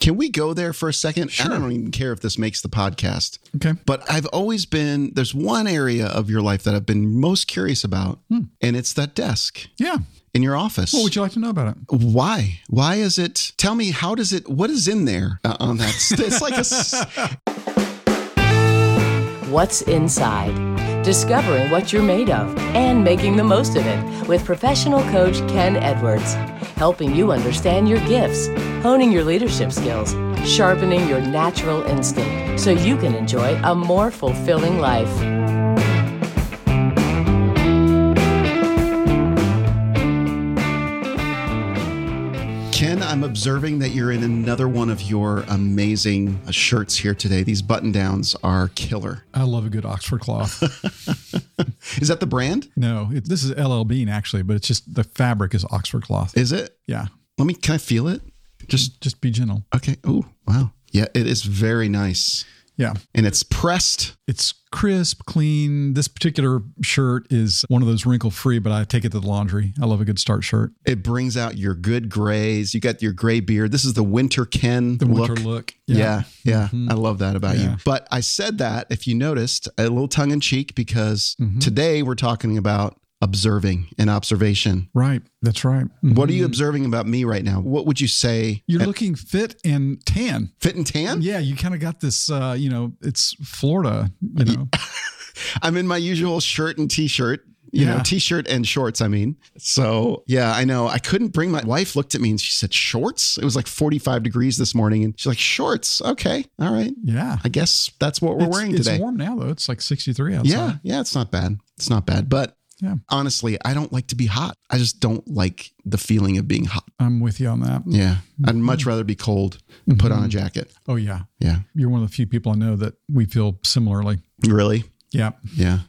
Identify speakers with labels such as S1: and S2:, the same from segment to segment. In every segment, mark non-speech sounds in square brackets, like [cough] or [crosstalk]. S1: Can we go there for a second?
S2: Sure.
S1: I don't even care if this makes the podcast.
S2: Okay.
S1: But I've always been there's one area of your life that I've been most curious about, and it's that desk
S2: Yeah.
S1: in your office.
S2: What Hmm. would you like to know about it?
S1: Why? Why is it? Tell me, how does it? What is in there uh, on that? It's like a. s- [laughs]
S3: What's Inside, discovering what you're made of and making the most of it with professional coach Ken Edwards, helping you understand your gifts, honing your leadership skills, sharpening your natural instinct so you can enjoy a more fulfilling life.
S1: Ken, I'm observing that you're in another one of your amazing uh, shirts here today. These button downs are killer.
S2: I love a good Oxford [laughs] cloth.
S1: Is that the brand?
S2: no, it, this is LL Bean actually, but it's just the fabric is Oxford cloth.
S1: Is it?
S2: yeah.
S1: Let me. Can I feel it? Just
S2: Just be gentle.
S1: okay. Oh wow. Yeah, it is very nice,
S2: Yeah.
S1: and it's pressed.
S2: It's crisp, clean. This particular shirt is one of those wrinkle free, but I take it to the laundry. I love a good start shirt.
S1: It brings out your good grays. You got your gray beard. This is the winter Ken
S2: The winter
S1: look.
S2: look. Mm-hmm.
S1: Yeah, yeah. I love that about you.
S2: Yeah.
S1: But I said that, if you noticed, a little tongue in cheek because
S2: Mm-hmm.
S1: today we're talking about observing and observation.
S2: Right. That's right.
S1: What
S2: Mm-hmm.
S1: are you observing about me right now? What would you say?
S2: You're looking fit and tan.
S1: Fit and tan?
S2: Yeah, you kind of got this, uh, you know, it's Florida, you know.
S1: I'm in my usual shirt and t shirt. You know,
S2: Yeah.
S1: t shirt and shorts, I mean. So, yeah, I know. I couldn't bring my wife, looked at me and she said, Shorts? It was like 45 degrees this morning. And she's like, Shorts. Okay. All right.
S2: Yeah.
S1: I guess that's what we're
S2: it's,
S1: wearing
S2: it's
S1: today.
S2: warm now, though. It's like 63 outside.
S1: Yeah, yeah, it's not bad. It's not bad. But
S2: Yeah.
S1: honestly, I don't like to be hot. I just don't like the feeling of being hot.
S2: I'm with you on that.
S1: Yeah. I'd much rather be cold and put on a jacket.
S2: Oh, yeah.
S1: Yeah.
S2: You're one of the few people I know that we feel similarly.
S1: Really?
S2: Yeah.
S1: Yeah.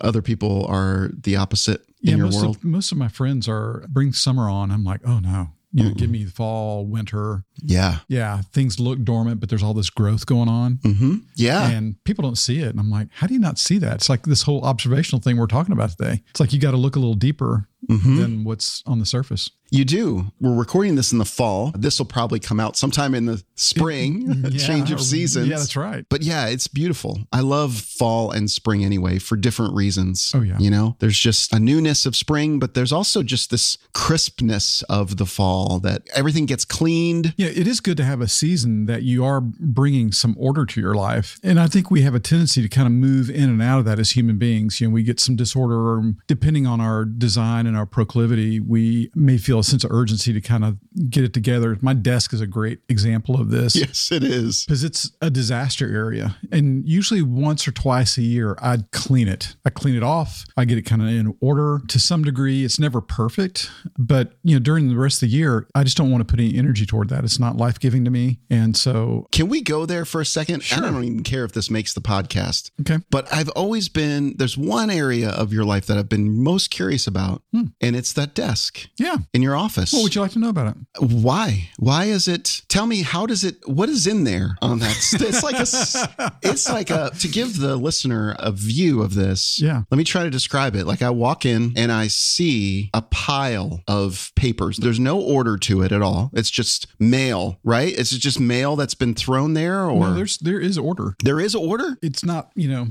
S1: Other people are the opposite
S2: yeah,
S1: in your
S2: most
S1: world.
S2: Of, most of my friends are bring summer on. I'm like, oh, no. You know, give me fall, winter.
S1: yeah.
S2: Yeah, things look dormant, but there's all this growth going on.
S1: hmm Yeah.
S2: and people don't see it. And I'm like, how do you not see that? It's like this whole observational thing we're talking about today. It's like you got to look a little deeper
S1: Hmm?
S2: than what's on the surface.
S1: Mm-hmm. you do. We're recording this in the fall. This will probably come out sometime in the spring,
S2: [laughs] Yeah,
S1: [laughs] change of seasons.
S2: Yeah, that's right.
S1: But yeah, it's beautiful. I love fall and spring anyway for different reasons.
S2: Oh, yeah.
S1: You know, there's just a newness of spring, but there's also just this crispness of the fall that everything gets cleaned. [laughs]
S2: Yeah, it is good to have a season that you are bringing some order to your life. And I think we have a tendency to kind of move in and out of that as human beings. You know, we get some disorder, or depending on our design and our proclivity, we may feel a sense of urgency to kind of get it together. My desk is a great example of this.
S1: Yes, it is.
S2: because it's a disaster area. And usually once or twice a year, I'd clean it. I clean it off. I get it kind of in order to some degree. It's never perfect, but you know, during the rest of the year, I just don't want to put any energy toward that. It's not life giving to me. And so,
S1: Can we go there for a second? I don't even care if this makes the podcast.
S2: okay.
S1: But I've always been, there's one area of your life that I've been most curious about,
S2: Hmm.
S1: and it's that desk
S2: Yeah.
S1: in your office.
S2: What would you like to know about it?
S1: why why is it tell me how does it what is in there on that it's like a
S2: [laughs]
S1: s- it's like a to give the listener a view of this
S2: Yeah.
S1: let me try to describe it like i walk in and i see a pile of papers there's no order to it at all it's just mail right it's just mail that's been thrown there or
S2: No, there's there is order.
S1: there is order
S2: It's not, you know,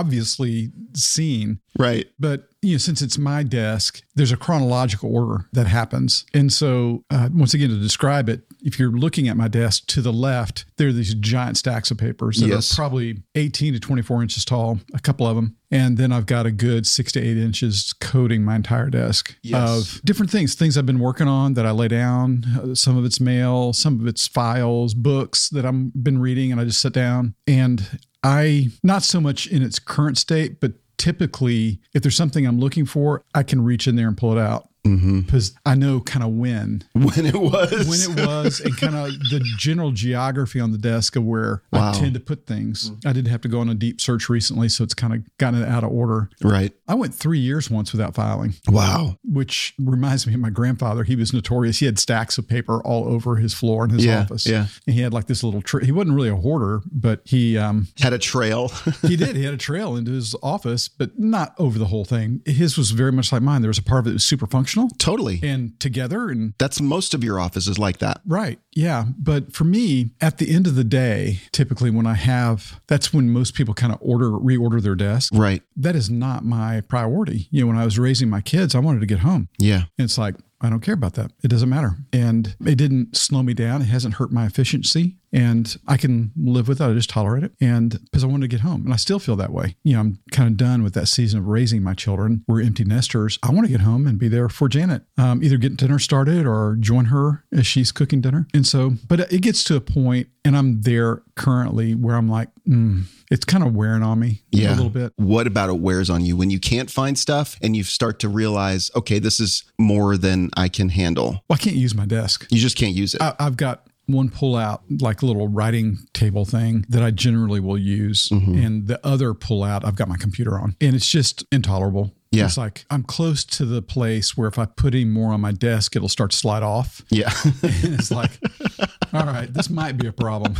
S2: obviously seen,
S1: right [laughs]
S2: But you know, since it's my desk, there's a chronological order that happens. And so, uh, once again, to describe it, if you're looking at my desk to the left, there are these giant stacks of papers that
S1: Yes.
S2: are probably 18 to 24 inches tall, a couple of them. And then I've got a good six to eight inches coating my entire desk
S1: Yes.
S2: of different things, things I've been working on that I lay down. Uh, Some of it's mail, some of it's files, books that I've been reading, and I just sit down. And I, not so much in its current state, but typically if there's something I'm looking for, I can reach in there and pull it out
S1: Mm-hmm.
S2: because I know kind
S1: [laughs]
S2: of when,
S1: when it was
S2: when it was, and kind of the general geography on the desk of where
S1: Wow. Mm-hmm.
S2: I tend to put things. I did have to go on a deep search recently, so it's kind of gotten out of order.
S1: right
S2: I went three years once without filing,
S1: wow
S2: which reminds me of my grandfather. He was notorious. He had stacks of paper all over his floor in his
S1: Yeah,
S2: office.
S1: yeah.
S2: And he had like this little, tr- he wasn't really a hoarder, but he, um,
S1: had a trail [laughs]
S2: he did. He had a trail into his office, but not over the whole thing. His was very much like mine. There was a part of it that was super functional
S1: Totally.
S2: and together and
S1: That's most of your office is like that.
S2: Right. Yeah. But for me, at the end of the day, typically when I have, that's when most people kind of order, reorder their desk.
S1: Right.
S2: That is not my priority. You know, when I was raising my kids, I wanted to get home.
S1: Yeah.
S2: And it's like, I don't care about that. It doesn't matter. And it didn't slow me down. It hasn't hurt my efficiency. And I can live with it. I just tolerate it. And because I wanted to get home. And I still feel that way. You know, I'm kind of done with that season of raising my children. We're empty nesters. I want to get home and be there for Janet, um, either get dinner started or join her as she's cooking dinner. And so, but it gets to a point, and I'm there currently where I'm like, mm, it's kind of wearing on me
S1: Yeah.
S2: a little bit.
S1: What about it wears on you when you can't find stuff and you start to realize, okay, this is more than I can handle?
S2: Well, I can't use my desk.
S1: You just can't use it.
S2: I, I've got one pull out, like little writing table thing that I generally will use. And the other pull out, I've got my computer on. And it's just intolerable.
S1: Yeah.
S2: It's like I'm close to the place where if I put any more on my desk, it'll start to slide off. [laughs]
S1: yeah.
S2: And it's like, [laughs] all right, this might be a problem.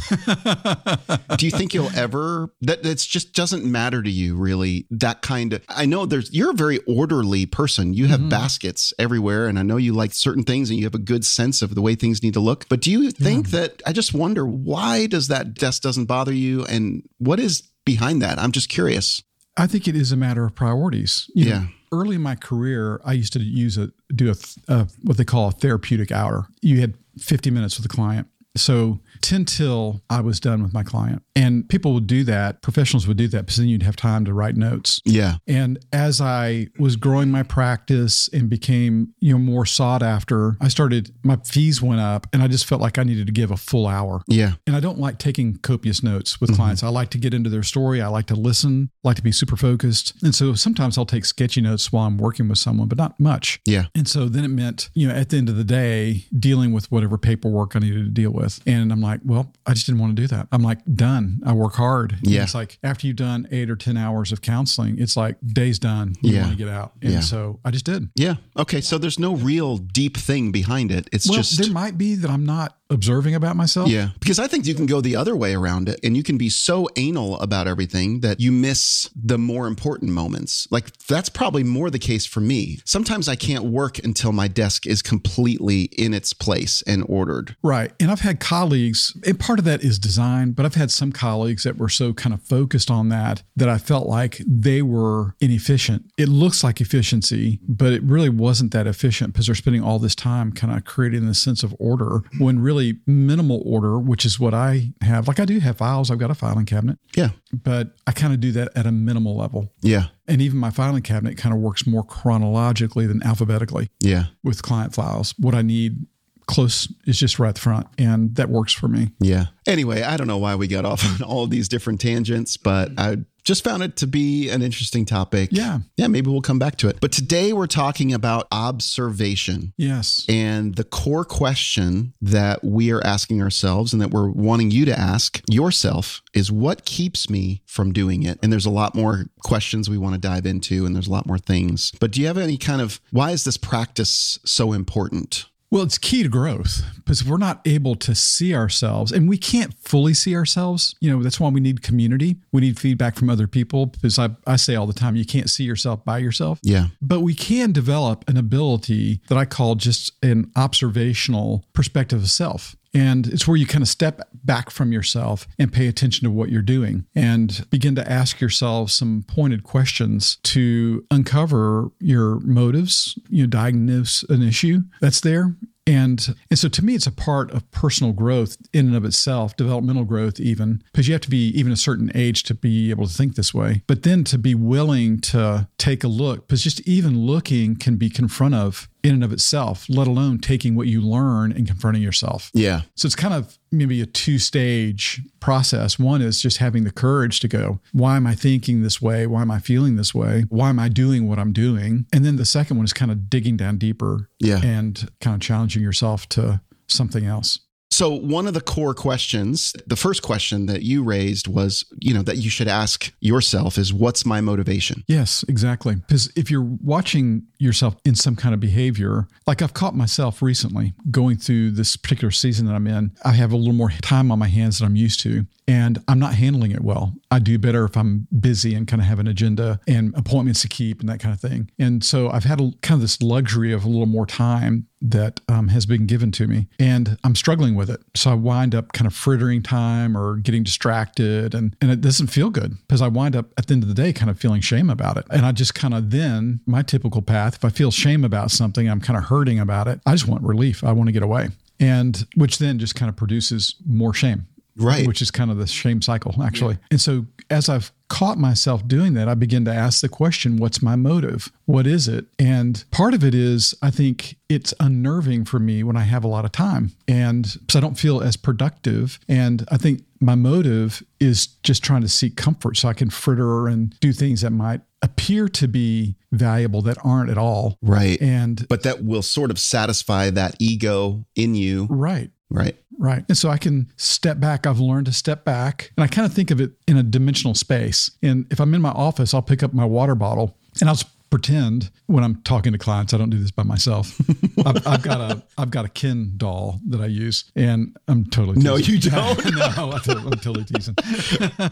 S1: Do you think you'll ever that it's just doesn't matter to you really that kind of I know there's you're a very orderly person. You have
S2: Mm-hmm.
S1: baskets everywhere and I know you like certain things and you have a good sense of the way things need to look. But do you think that I just wonder why does that desk doesn't bother you and what is behind that? I'm just curious.
S2: I think it is a matter of priorities. You
S1: Yeah.
S2: early in my career, I used to use a do a, th- a what they call a therapeutic hour. You had 50 minutes with a client. So 10 till I was done with my client. And people would do that, professionals would do that, because then you'd have time to write notes.
S1: Yeah.
S2: And as I was growing my practice and became, you know, more sought after, I started my fees went up and I just felt like I needed to give a full hour.
S1: Yeah.
S2: And I don't like taking copious notes
S1: Mm-hmm.
S2: with clients. I like to get into their story. I like to listen, I like to be super focused. And so sometimes I'll take sketchy notes while I'm working with someone, but not much.
S1: Yeah.
S2: And so then it meant, you know, at the end of the day, dealing with whatever paperwork I needed to deal with. And I'm like, well, I just didn't want to do that. I'm like, done. I work hard. And
S1: Yeah.
S2: It's like after you've done eight or 10 hours of counseling, it's like, day's done. You
S1: Yeah.
S2: want to get out. And
S1: Yeah.
S2: so I just did.
S1: Yeah. Okay. So there's no real deep thing behind it. It's
S2: Well,
S1: just
S2: there might be that I'm not observing about myself.
S1: Yeah. Because I think you can go the other way around it and you can be so anal about everything that you miss the more important moments. Like that's probably more the case for me. Sometimes I can't work until my desk is completely in its place and ordered.
S2: Right. And I've had colleagues, and part of that is design, but I've had some colleagues that were so kind of focused on that that I felt like they were inefficient. It looks like efficiency, but it really wasn't that efficient because they're spending all this time kind of creating this sense of order when really minimal order, which is what I have. Like I do have files, I've got a filing cabinet,
S1: Yeah.
S2: but I kind of do that at a minimal level.
S1: Yeah.
S2: And even my filing cabinet kind of works more chronologically than alphabetically
S1: Yeah.
S2: with client files. What I need close is just right at the front, and that works for me.
S1: Yeah. Anyway, I don't know why we got off [laughs] on all these different tangents, but I just found it to be an interesting topic.
S2: Yeah.
S1: Yeah. Maybe we'll come back to it. But today we're talking about observation.
S2: Yes.
S1: And the core question that we are asking ourselves and that we're wanting you to ask yourself is what keeps me from doing it? And there's a lot more questions we want to dive into and there's a lot more things. But do you have any kind of why is this practice so important?
S2: Well, it's key to growth because if we're not able to see ourselves and we can't fully see ourselves, you know, that's why we need community. We need feedback from other people because I, I say all the time, you can't see yourself by yourself.
S1: Yeah.
S2: But we can develop an ability that I call just an observational perspective of self. And it's where you kind of step back from yourself and pay attention to what you're doing and begin to ask yourself some pointed questions to uncover your motives, you know, diagnose an issue that's there. And, and so to me, it's a part of personal growth in and of itself, developmental growth, even because you have to be even a certain age to be able to think this way. But then to be willing to take a look, because just even looking can be confront of in and of itself, let alone taking what you learn and confronting yourself.
S1: Yeah.
S2: So it's kind of maybe a two stage process. One is just having the courage to go, why am I thinking this way? Why am I feeling this way? Why am I doing what I'm doing? And then the second one is kind of digging down deeper
S1: Yeah.
S2: and kind of challenging yourself to something else.
S1: So, one of the core questions, the first question that you raised was, you know, that you should ask yourself is what's my motivation?
S2: Yes, exactly. Because if you're watching yourself in some kind of behavior, like I've caught myself recently going through this particular season that I'm in, I have a little more time on my hands than I'm used to, and I'm not handling it well. I do better if I'm busy and kind of have an agenda and appointments to keep and that kind of thing. And so I've had a, kind of this luxury of a little more time that um, has been given to me, and I'm struggling with it. So I wind up kind of frittering time or getting distracted, and and it doesn't feel good because I wind up at the end of the day kind of feeling shame about it. And I just kind of then my typical path, if I feel shame about something, I'm kind of hurting about it. I just want relief. I want to get away, and which then just kind of produces more shame
S1: Right.
S2: which is kind of the shame cycle actually and so as i've caught myself doing that i begin to ask the question what's my motive what is it and part of it is i think it's unnerving for me when i have a lot of time and so i don't feel as productive and i think my motive is just trying to seek comfort so i can fritter and do things that might appear to be valuable that aren't at all
S1: Right.
S2: and
S1: but that will sort of satisfy that ego in you.
S2: right
S1: Right.
S2: Right. And so I can step back. I've learned to step back. And I kind of think of it in a dimensional space. And if I'm in my office, I'll pick up my water bottle and I'll s- pretend when I'm talking to clients, I don't do this
S1: [laughs]
S2: by myself. I've, I've got a I've got a Ken doll that I use and I'm totally teasing.
S1: No,
S2: [laughs]
S1: you don't.
S2: no, I'm totally, I'm totally teasing.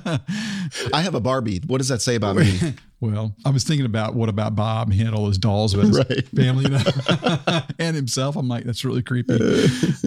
S1: I have a Barbie. What does that say about
S2: [laughs]
S1: me?
S2: Well, I was thinking about what about Bob? He had all those dolls about his
S1: Right.
S2: family you know? [laughs] and himself. I'm like, that's really creepy.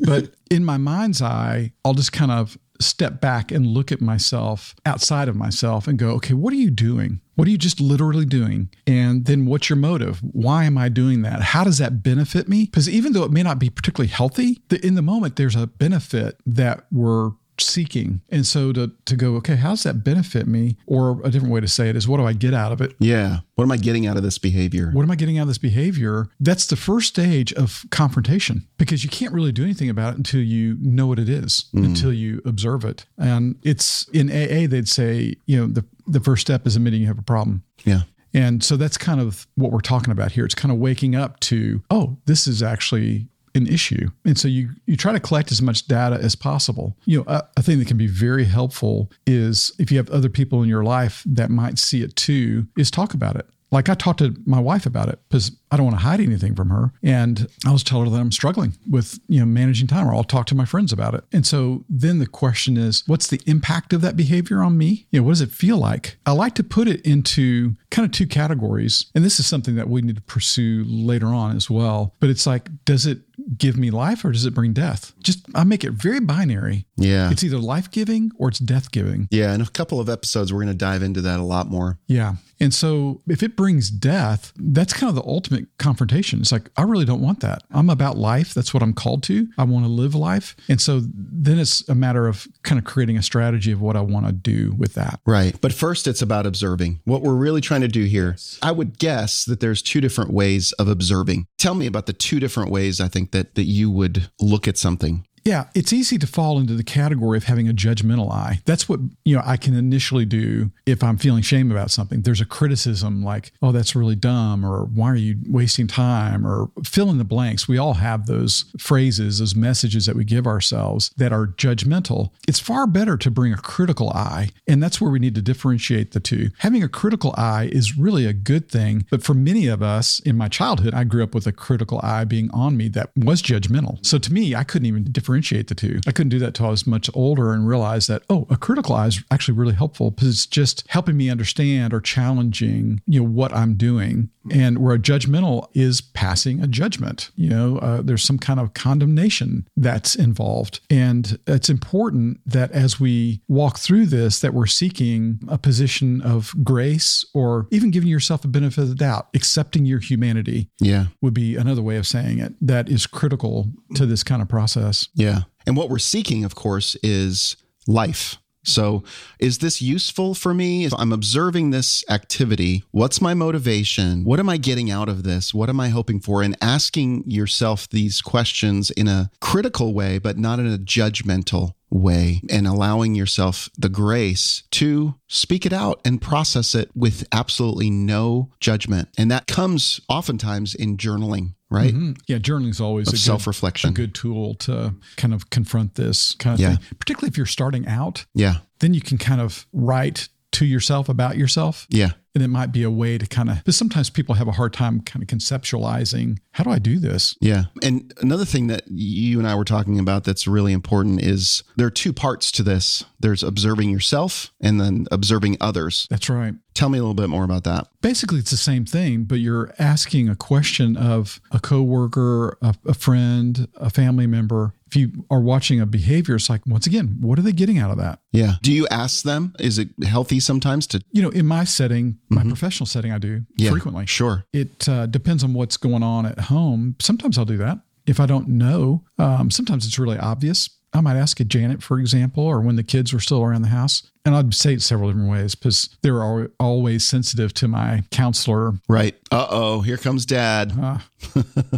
S2: but in my mind's eye, I'll just kind of step back and look at myself outside of myself and go, okay, what are you doing? What are you just literally doing? And then what's your motive? Why am I doing that? How does that benefit me? Because even though it may not be particularly healthy, the, in the moment, there's a benefit that we're seeking. And so to, to go, okay, how does that benefit me? Or a different way to say it is, what do I get out of it?
S1: Yeah. What am I getting out of this behavior?
S2: What am I getting out of this behavior? That's the first stage of confrontation because you can't really do anything about it until you know what it is, until you observe it. And it's in AA, they'd say, you know, the, the first step is admitting you have a problem.
S1: Yeah.
S2: And so that's kind of what we're talking about here. It's kind of waking up to, oh, this is actually an issue. And so you you try to collect as much data as possible. You know, a, a thing that can be very helpful is if you have other people in your life that might see it too, is talk about it. Like I talked to my wife about it because I don't want to hide anything from her, and I was telling her that I'm struggling with you know managing time, or I'll talk to my friends about it. And so then the question is, what's the impact of that behavior on me? You know, what does it feel like? I like to put it into kind of two categories, and this is something that we need to pursue later on as well. But it's like, does it give me life or does it bring death? Just I make it very binary.
S1: Yeah.
S2: It's either life giving or it's death giving.
S1: Yeah. In a couple of episodes, we're going to dive into that a lot more.
S2: Yeah. And so if it brings death, that's kind of the ultimate confrontation. It's like, I really don't want that. I'm about life. That's what I'm called to. I want to live life. And so then it's a matter of kind of creating a strategy of what I want to do with that.
S1: Right. But first, it's about observing. What we're really trying to do here, I would guess that there's two different ways of observing. Tell me about the two different ways I think that, that you would look at something.
S2: Yeah, it's easy to fall into the category of having a judgmental eye. That's what, you know, I can initially do if I'm feeling shame about something. There's a criticism like, oh, that's really dumb, or why are you wasting time, or fill in the blanks. We all have those phrases, those messages that we give ourselves that are judgmental. It's far better to bring a critical eye. And that's where we need to differentiate the two. Having a critical eye is really a good thing. But for many of us in my childhood, I grew up with a critical eye being on me that was judgmental. So to me, I couldn't even differentiate the two. I couldn't do that till I was much older and realized that, oh, a critical eye is actually really helpful because it's just helping me understand or challenging, you know, what I'm doing. And where a judgmental is passing a judgment, you know, uh, there's some kind of condemnation that's involved. And it's important that as we walk through this, that we're seeking a position of grace or even giving yourself a benefit of the doubt, accepting your humanity
S1: Yeah.
S2: would be another way of saying it that is critical to this kind of process.
S1: Yeah. And what we're seeking, of course, is life. So, is this useful for me? If I'm observing this activity, what's my motivation? What am I getting out of this? What am I hoping for? And asking yourself these questions in a critical way, but not in a judgmental way and allowing yourself the grace to speak it out and process it with absolutely no judgment. And that comes oftentimes in journaling, right?
S2: Mhm. Yeah, journaling is always
S1: Of
S2: a good-
S1: self-reflection.
S2: a good tool to kind of confront this kind of
S1: Yeah.
S2: thing. Particularly if you're starting out,
S1: Yeah.
S2: then you can kind of write to yourself about yourself.
S1: Yeah.
S2: And it might be a way to kind of, because sometimes people have a hard time kind of conceptualizing how do I do this?
S1: Yeah. And another thing that you and I were talking about that's really important is there are two parts to this there's observing yourself and then observing others.
S2: That's right.
S1: Tell me a little bit more about that.
S2: Basically, it's the same thing, but you're asking a question of a coworker, a, a friend, a family member. If you are watching a behavior, it's like, once again, what are they getting out of that?
S1: Yeah. Do you ask them? Is it healthy sometimes to?
S2: You know, in my setting, my professional setting, I do
S1: Yeah.
S2: frequently.
S1: Sure.
S2: It uh, depends on what's going on at home. Sometimes I'll do that. If I don't know, um, sometimes it's really obvious. I might ask a Janet, for example, or when the kids were still around the house. And I'd say it several different ways because they're al- always sensitive to my counselor.
S1: Right. Uh oh. Here comes dad.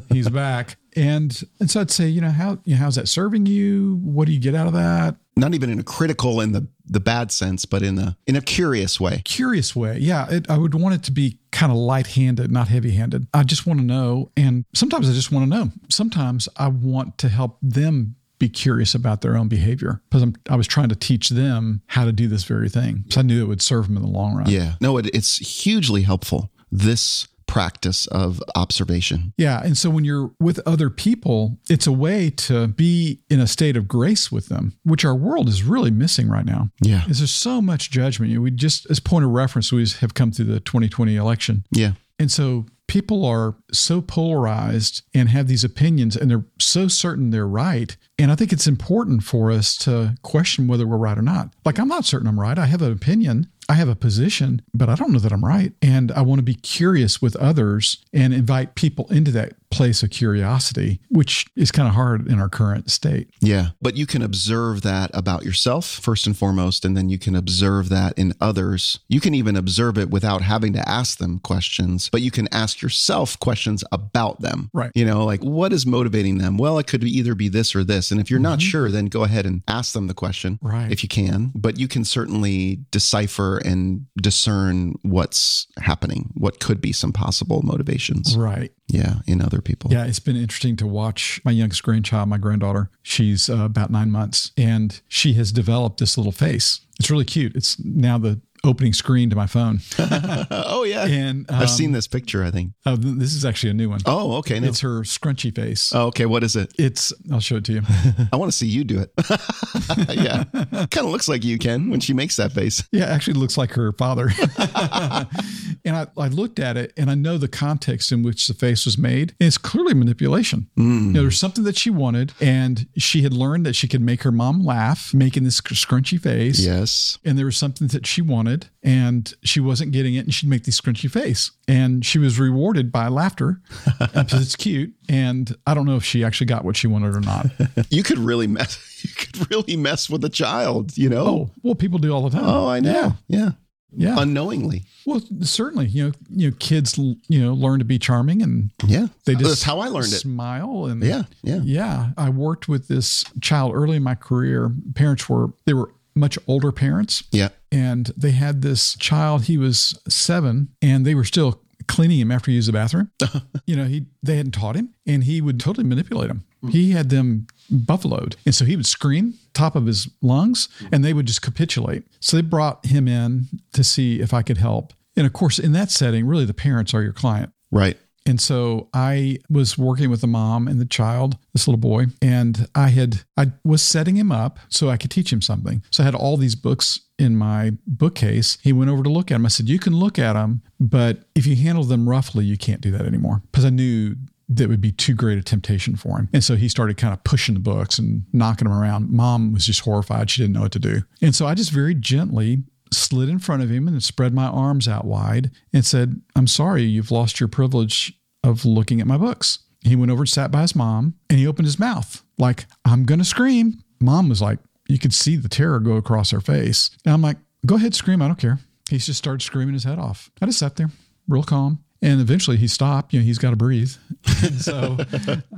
S2: He's back. And, and so I'd say, you know, how, you know, how's that serving you? What do you get out of that?
S1: Not even in a critical in the the bad sense, but in a in a curious way.
S2: curious way. Yeah, it, I would want it to be kind of light handed, not heavy handed. I just want to know. And sometimes I just want to know. Sometimes I want to help them be curious about their own behavior because I'm, I was trying to teach them how to do this very thing. So I knew it would serve them in the long run.
S1: Yeah. No, it, it's hugely helpful. This practice of observation.
S2: Yeah. And so when you're with other people, it's a way to be in a state of grace with them, which our world is really missing right now.
S1: Yeah.
S2: Is there's so much judgment. You know, We just, as point of reference, we just have come through the 2020 election.
S1: Yeah.
S2: And so people are so polarized and have these opinions and they're so certain they're right. And I think it's important for us to question whether we're right or not. Like, I'm not certain I'm right. I have an opinion, I have a position, but I don't know that I'm right. And I want to be curious with others and invite people into that place of curiosity, which is kind of hard in our current state.
S1: Yeah. But you can observe that about yourself first and foremost, and then you can observe that in others. You can even observe it without having to ask them questions, but you can ask yourself questions about them.
S2: Right.
S1: You know, like what is motivating them? Well, it could either be this or this. And if you're not sure, then go ahead and ask them the question
S2: Mm-hmm. Right.
S1: if you can. But you can certainly decipher and discern what's happening, what could be some possible motivations.
S2: Right.
S1: Yeah. In other people.
S2: Yeah, it's been interesting to watch my youngest grandchild, my granddaughter. She's uh, about nine months, and she has developed this little face. It's really cute. It's now the opening screen to my phone,
S1: oh, yeah.
S2: and
S1: [laughs]
S2: um,
S1: I've seen this picture, I think.
S2: uh, th- this is actually a new one.
S1: Oh, okay. No.
S2: It's her scrunchy face.
S1: Oh, okay, what is it?
S2: It's I'll show
S1: [laughs]
S2: it to you.
S1: I want to see you do it. [laughs] yeah. kind of looks like you, Ken, when she makes that face.
S2: Yeah, it actually looks like her
S1: [laughs]
S2: father. and I, I looked at it and I know the context in which the face was made. And it's clearly manipulation.
S1: Mm.
S2: You know, there's something that she wanted, and she had learned that she could make her mom laugh, making this sc- scrunchy face.
S1: Yes.
S2: and there was something that she wanted and she wasn't getting it and she'd make this scrunchy face and she was rewarded by
S1: [laughs]
S2: laughter because it's cute and i don't know if she actually got what she wanted
S1: [laughs]
S2: or not
S1: You could really mess [laughs] you could really mess with a child, you know?
S2: oh well people do all the time
S1: Oh, I know. Yeah.
S2: yeah, yeah.
S1: Unknowingly.
S2: well certainly you know you know kids l- you know learn to be charming and
S1: Yeah.
S2: they just
S1: That's how I learned it.
S2: smile and
S1: Yeah. Yeah.
S2: Yeah, I worked with this child early in my career. Parents were they were much older parents
S1: Yeah.
S2: and they had this child. He was seven, and they were still cleaning him after he used the bathroom. you know, he they hadn't taught him, and he would totally manipulate them. He had them buffaloed, and so he would scream top of his lungs, and they would just capitulate. So they brought him in to see if I could help. And of course, in that setting, really the parents are your client.
S1: Right.
S2: And so I was working with the mom and the child, this little boy, and I had I was setting him up so I could teach him something. So I had all these books in my bookcase. He went over to look at them. I said, "You can look at them, but if you handle them roughly, you can't do that anymore." Because I knew that would be too great a temptation for him. And so he started kind of pushing the books and knocking them around. Mom was just horrified. She didn't know what to do. And so I just very gently slid in front of him and spread my arms out wide and said, I'm sorry, you've lost your privilege of looking at my books. He went over and sat by his mom and he opened his mouth like, I'm going to scream. Mom was like, You could see the terror go across her face. And I'm like, Go ahead, scream. I don't care. He just started screaming his head off. I just sat there, real calm. And eventually he stopped. You know, he's got to breathe. And so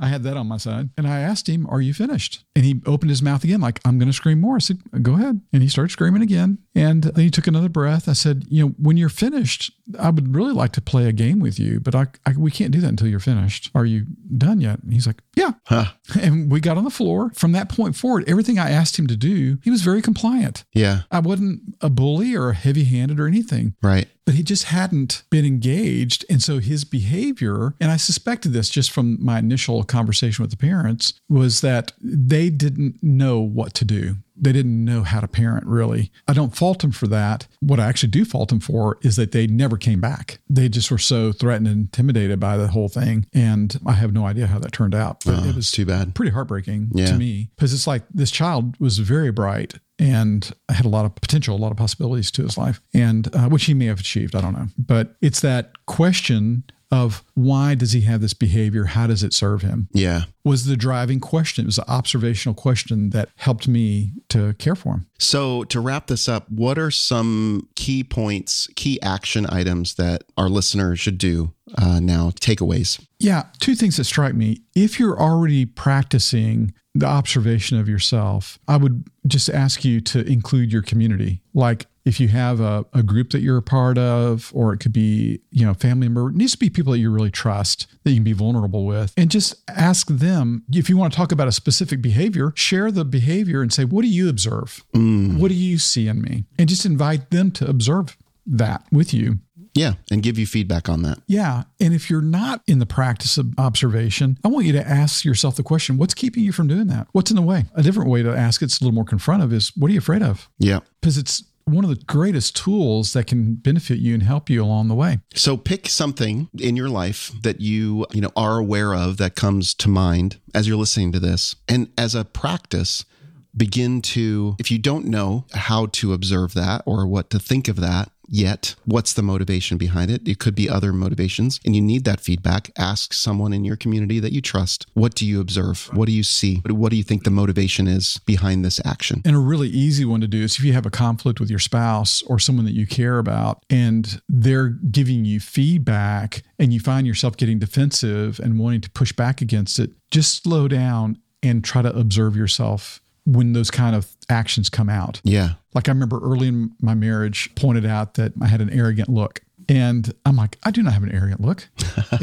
S2: I had that on my side. And I asked him, Are you finished? And he opened his mouth again, like, I'm going to scream more. I said, Go ahead. And he started screaming again. And then he took another breath. I said, You know, when you're finished, I would really like to play a game with you, but I, I we can't do that until you're finished. Are you done yet? And he's like, Yeah.
S1: Huh.
S2: [laughs] And we got on the floor. From that point forward, everything I asked him to do, he was very compliant.
S1: Yeah.
S2: I wasn't a bully or heavy handed or anything
S1: Right.
S2: but he just hadn't been engaged. And so his behavior, and I suspected this just from my initial conversation with the parents, was that they didn't know what to do. They didn't know how to parent, really. I don't fault them for that. What I actually do fault them for is that they never came back. They just were so threatened and intimidated by the whole thing. And I have no idea how that turned out, but it was
S1: It's Uh, too bad.
S2: pretty heartbreaking
S1: Yeah.
S2: to me because it's like this child was very bright and had a lot of potential, a lot of possibilities to his life, and uh, which he may have achieved. I don't know, but it's that question of why does he have this behavior? How does it serve him?
S1: Yeah.
S2: Was the driving question. It was the observational question that helped me to care for him.
S1: So, to wrap this up, what are some key points, key action items that our listeners should do uh, now? Takeaways.
S2: Yeah, two things that strike me. If you're already practicing the observation of yourself, I would just ask you to include your community. Like if you have a, a group that you're a part of, or it could be, you know, family member, it needs to be people that you really trust that you can be vulnerable with. And just ask them if you want to talk about a specific behavior, share the behavior and say, what do you observe? What do you see in me? And just invite them to observe that with you.
S1: Yeah. And give you feedback on that.
S2: Yeah. And if you're not in the practice of observation, I want you to ask yourself the question what's keeping you from doing that? What's in the way? A different way to ask it's a little more confrontive is what are you afraid of?
S1: Yeah.
S2: Because it's one of the greatest tools that can benefit you and help you along the way.
S1: So pick something in your life that you, you know, are aware of that comes to mind as you're listening to this. And as a practice, begin to if you don't know how to observe that or what to think of that yet, what's the motivation behind it? It could be other motivations and you need that feedback. Ask someone in your community that you trust. What do you observe? What do you see? What do you think the motivation is behind this action?
S2: And a really easy one to do is if you have a conflict with your spouse or someone that you care about and they're giving you feedback and you find yourself getting defensive and wanting to push back against it, just slow down and try to observe yourself when those kind of actions come out.
S1: Yeah.
S2: Like I remember early in my marriage pointed out that I had an arrogant look. And I'm like, I do not have an arrogant look.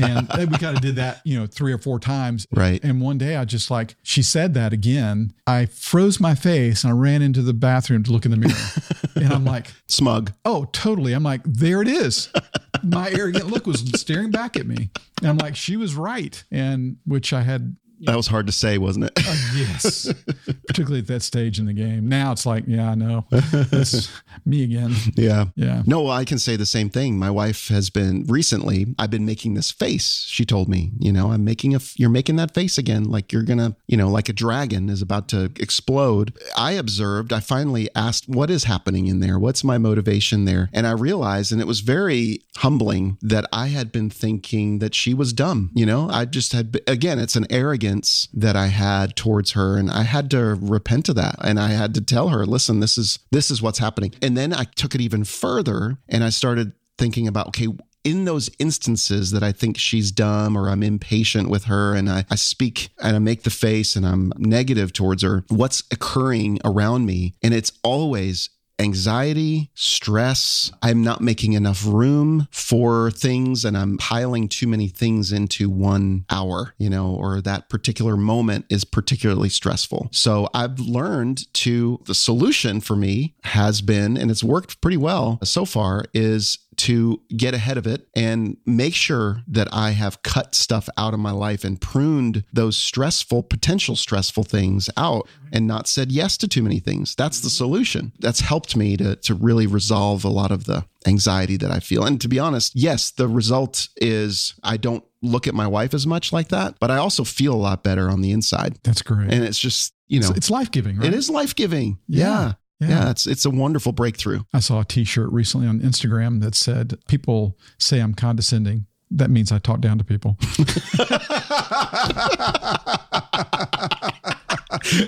S2: And we kind of did that, you know, three or four times.
S1: Right.
S2: And one day I just like, she said that again. I froze my face and I ran into the bathroom to look in the mirror. and I'm like,
S1: Smug.
S2: oh, totally. I'm like, there it is. My arrogant look was staring back at me. And I'm like, she was right. And which I had
S1: That was hard to say, wasn't it? [laughs]
S2: Yes. Particularly at that stage in the game. Now it's like, yeah, I know. It's me again.
S1: yeah.
S2: Yeah.
S1: No, I can say the same thing. My wife has been recently. I've been making this face. She told me, you know, I'm making a. f- You're making that face again, like you're gonna, you know, like a dragon is about to explode. I observed. I finally asked, what is happening in there? What's my motivation there? And I realized, and it was very humbling that I had been thinking that she was dumb. You know, I just had. Again, it's an arrogance that I had towards her, and I had to repent of that, and I had to tell her, listen, this is this is what's happening. And then I took it even further and I started thinking about, okay, in those instances that I think she's dumb or I'm impatient with her and I, I speak and I make the face and I'm negative towards her, what's occurring around me? And it's always anxiety, stress. I'm not making enough room for things and I'm piling too many things into one hour, you know, or that particular moment is particularly stressful. So I've learned to the solution for me has been, and it's worked pretty well so far, is to get ahead of it and make sure that I have cut stuff out of my life and pruned those stressful, potential stressful things out and not said yes to too many things. That's
S2: Mm-hmm.
S1: the solution. That's helped me to, to really resolve a lot of the anxiety that I feel. And to be honest, yes, the result is I don't look at my wife as much like that, but I also feel a lot better on the inside.
S2: That's great.
S1: And it's just, you know,
S2: it's, it's life giving, right?
S1: it is life giving.
S2: Yeah.
S1: yeah.
S2: Yeah.
S1: Yeah. It's, it's a wonderful breakthrough.
S2: I saw a t shirt recently on Instagram that said, People say I'm condescending. That means I talk down to people.
S1: [laughs]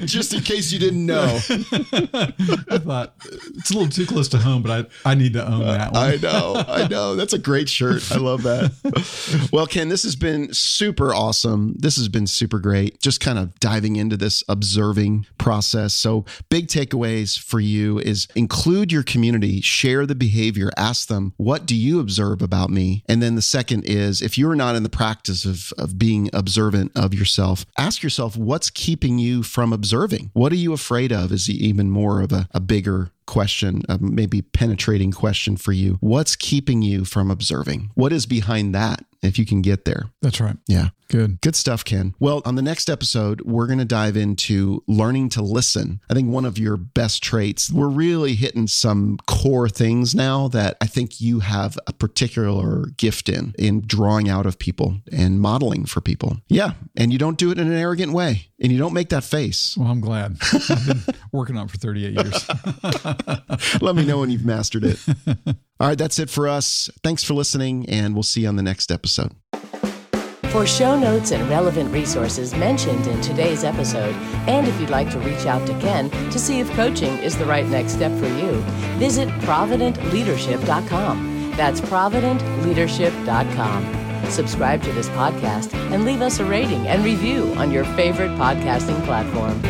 S1: Just in case you didn't know.
S2: I thought it's a little too close to home, but I, I need to own that one.
S1: I know. I know. That's a great shirt. I love that. well, Ken, this has been super awesome. This has been super great. Just kind of diving into this observing process. So, big takeaways for you is include your community, share the behavior, ask them, what do you observe about me? And then the second is if you're not in the practice of, of being observant of yourself, ask yourself, what's keeping you from observing? What are you afraid of? Is even more of a, a bigger question, uh, maybe penetrating question for you. What's keeping you from observing? What is behind that if you can get there?
S2: That's right.
S1: Yeah.
S2: Good.
S1: Good stuff, Ken. Well, on the next episode, we're going to dive into learning to listen. I think one of your best traits, we're really hitting some core things now that I think you have a particular gift in, in drawing out of people and modeling for people. Yeah. And you don't do it in an arrogant way and you don't make that face.
S2: Well, I'm glad. I've been working on it for 38 years.
S1: Let me know when you've mastered it. All right. That's it for us. Thanks for listening, and we'll see you on the next episode.
S3: For show notes and relevant resources mentioned in today's episode, and if you'd like to reach out to Ken to see if coaching is the right next step for you, visit providentleadership.com. That's providentleadership.com. Subscribe to this podcast and leave us a rating and review on your favorite podcasting platform.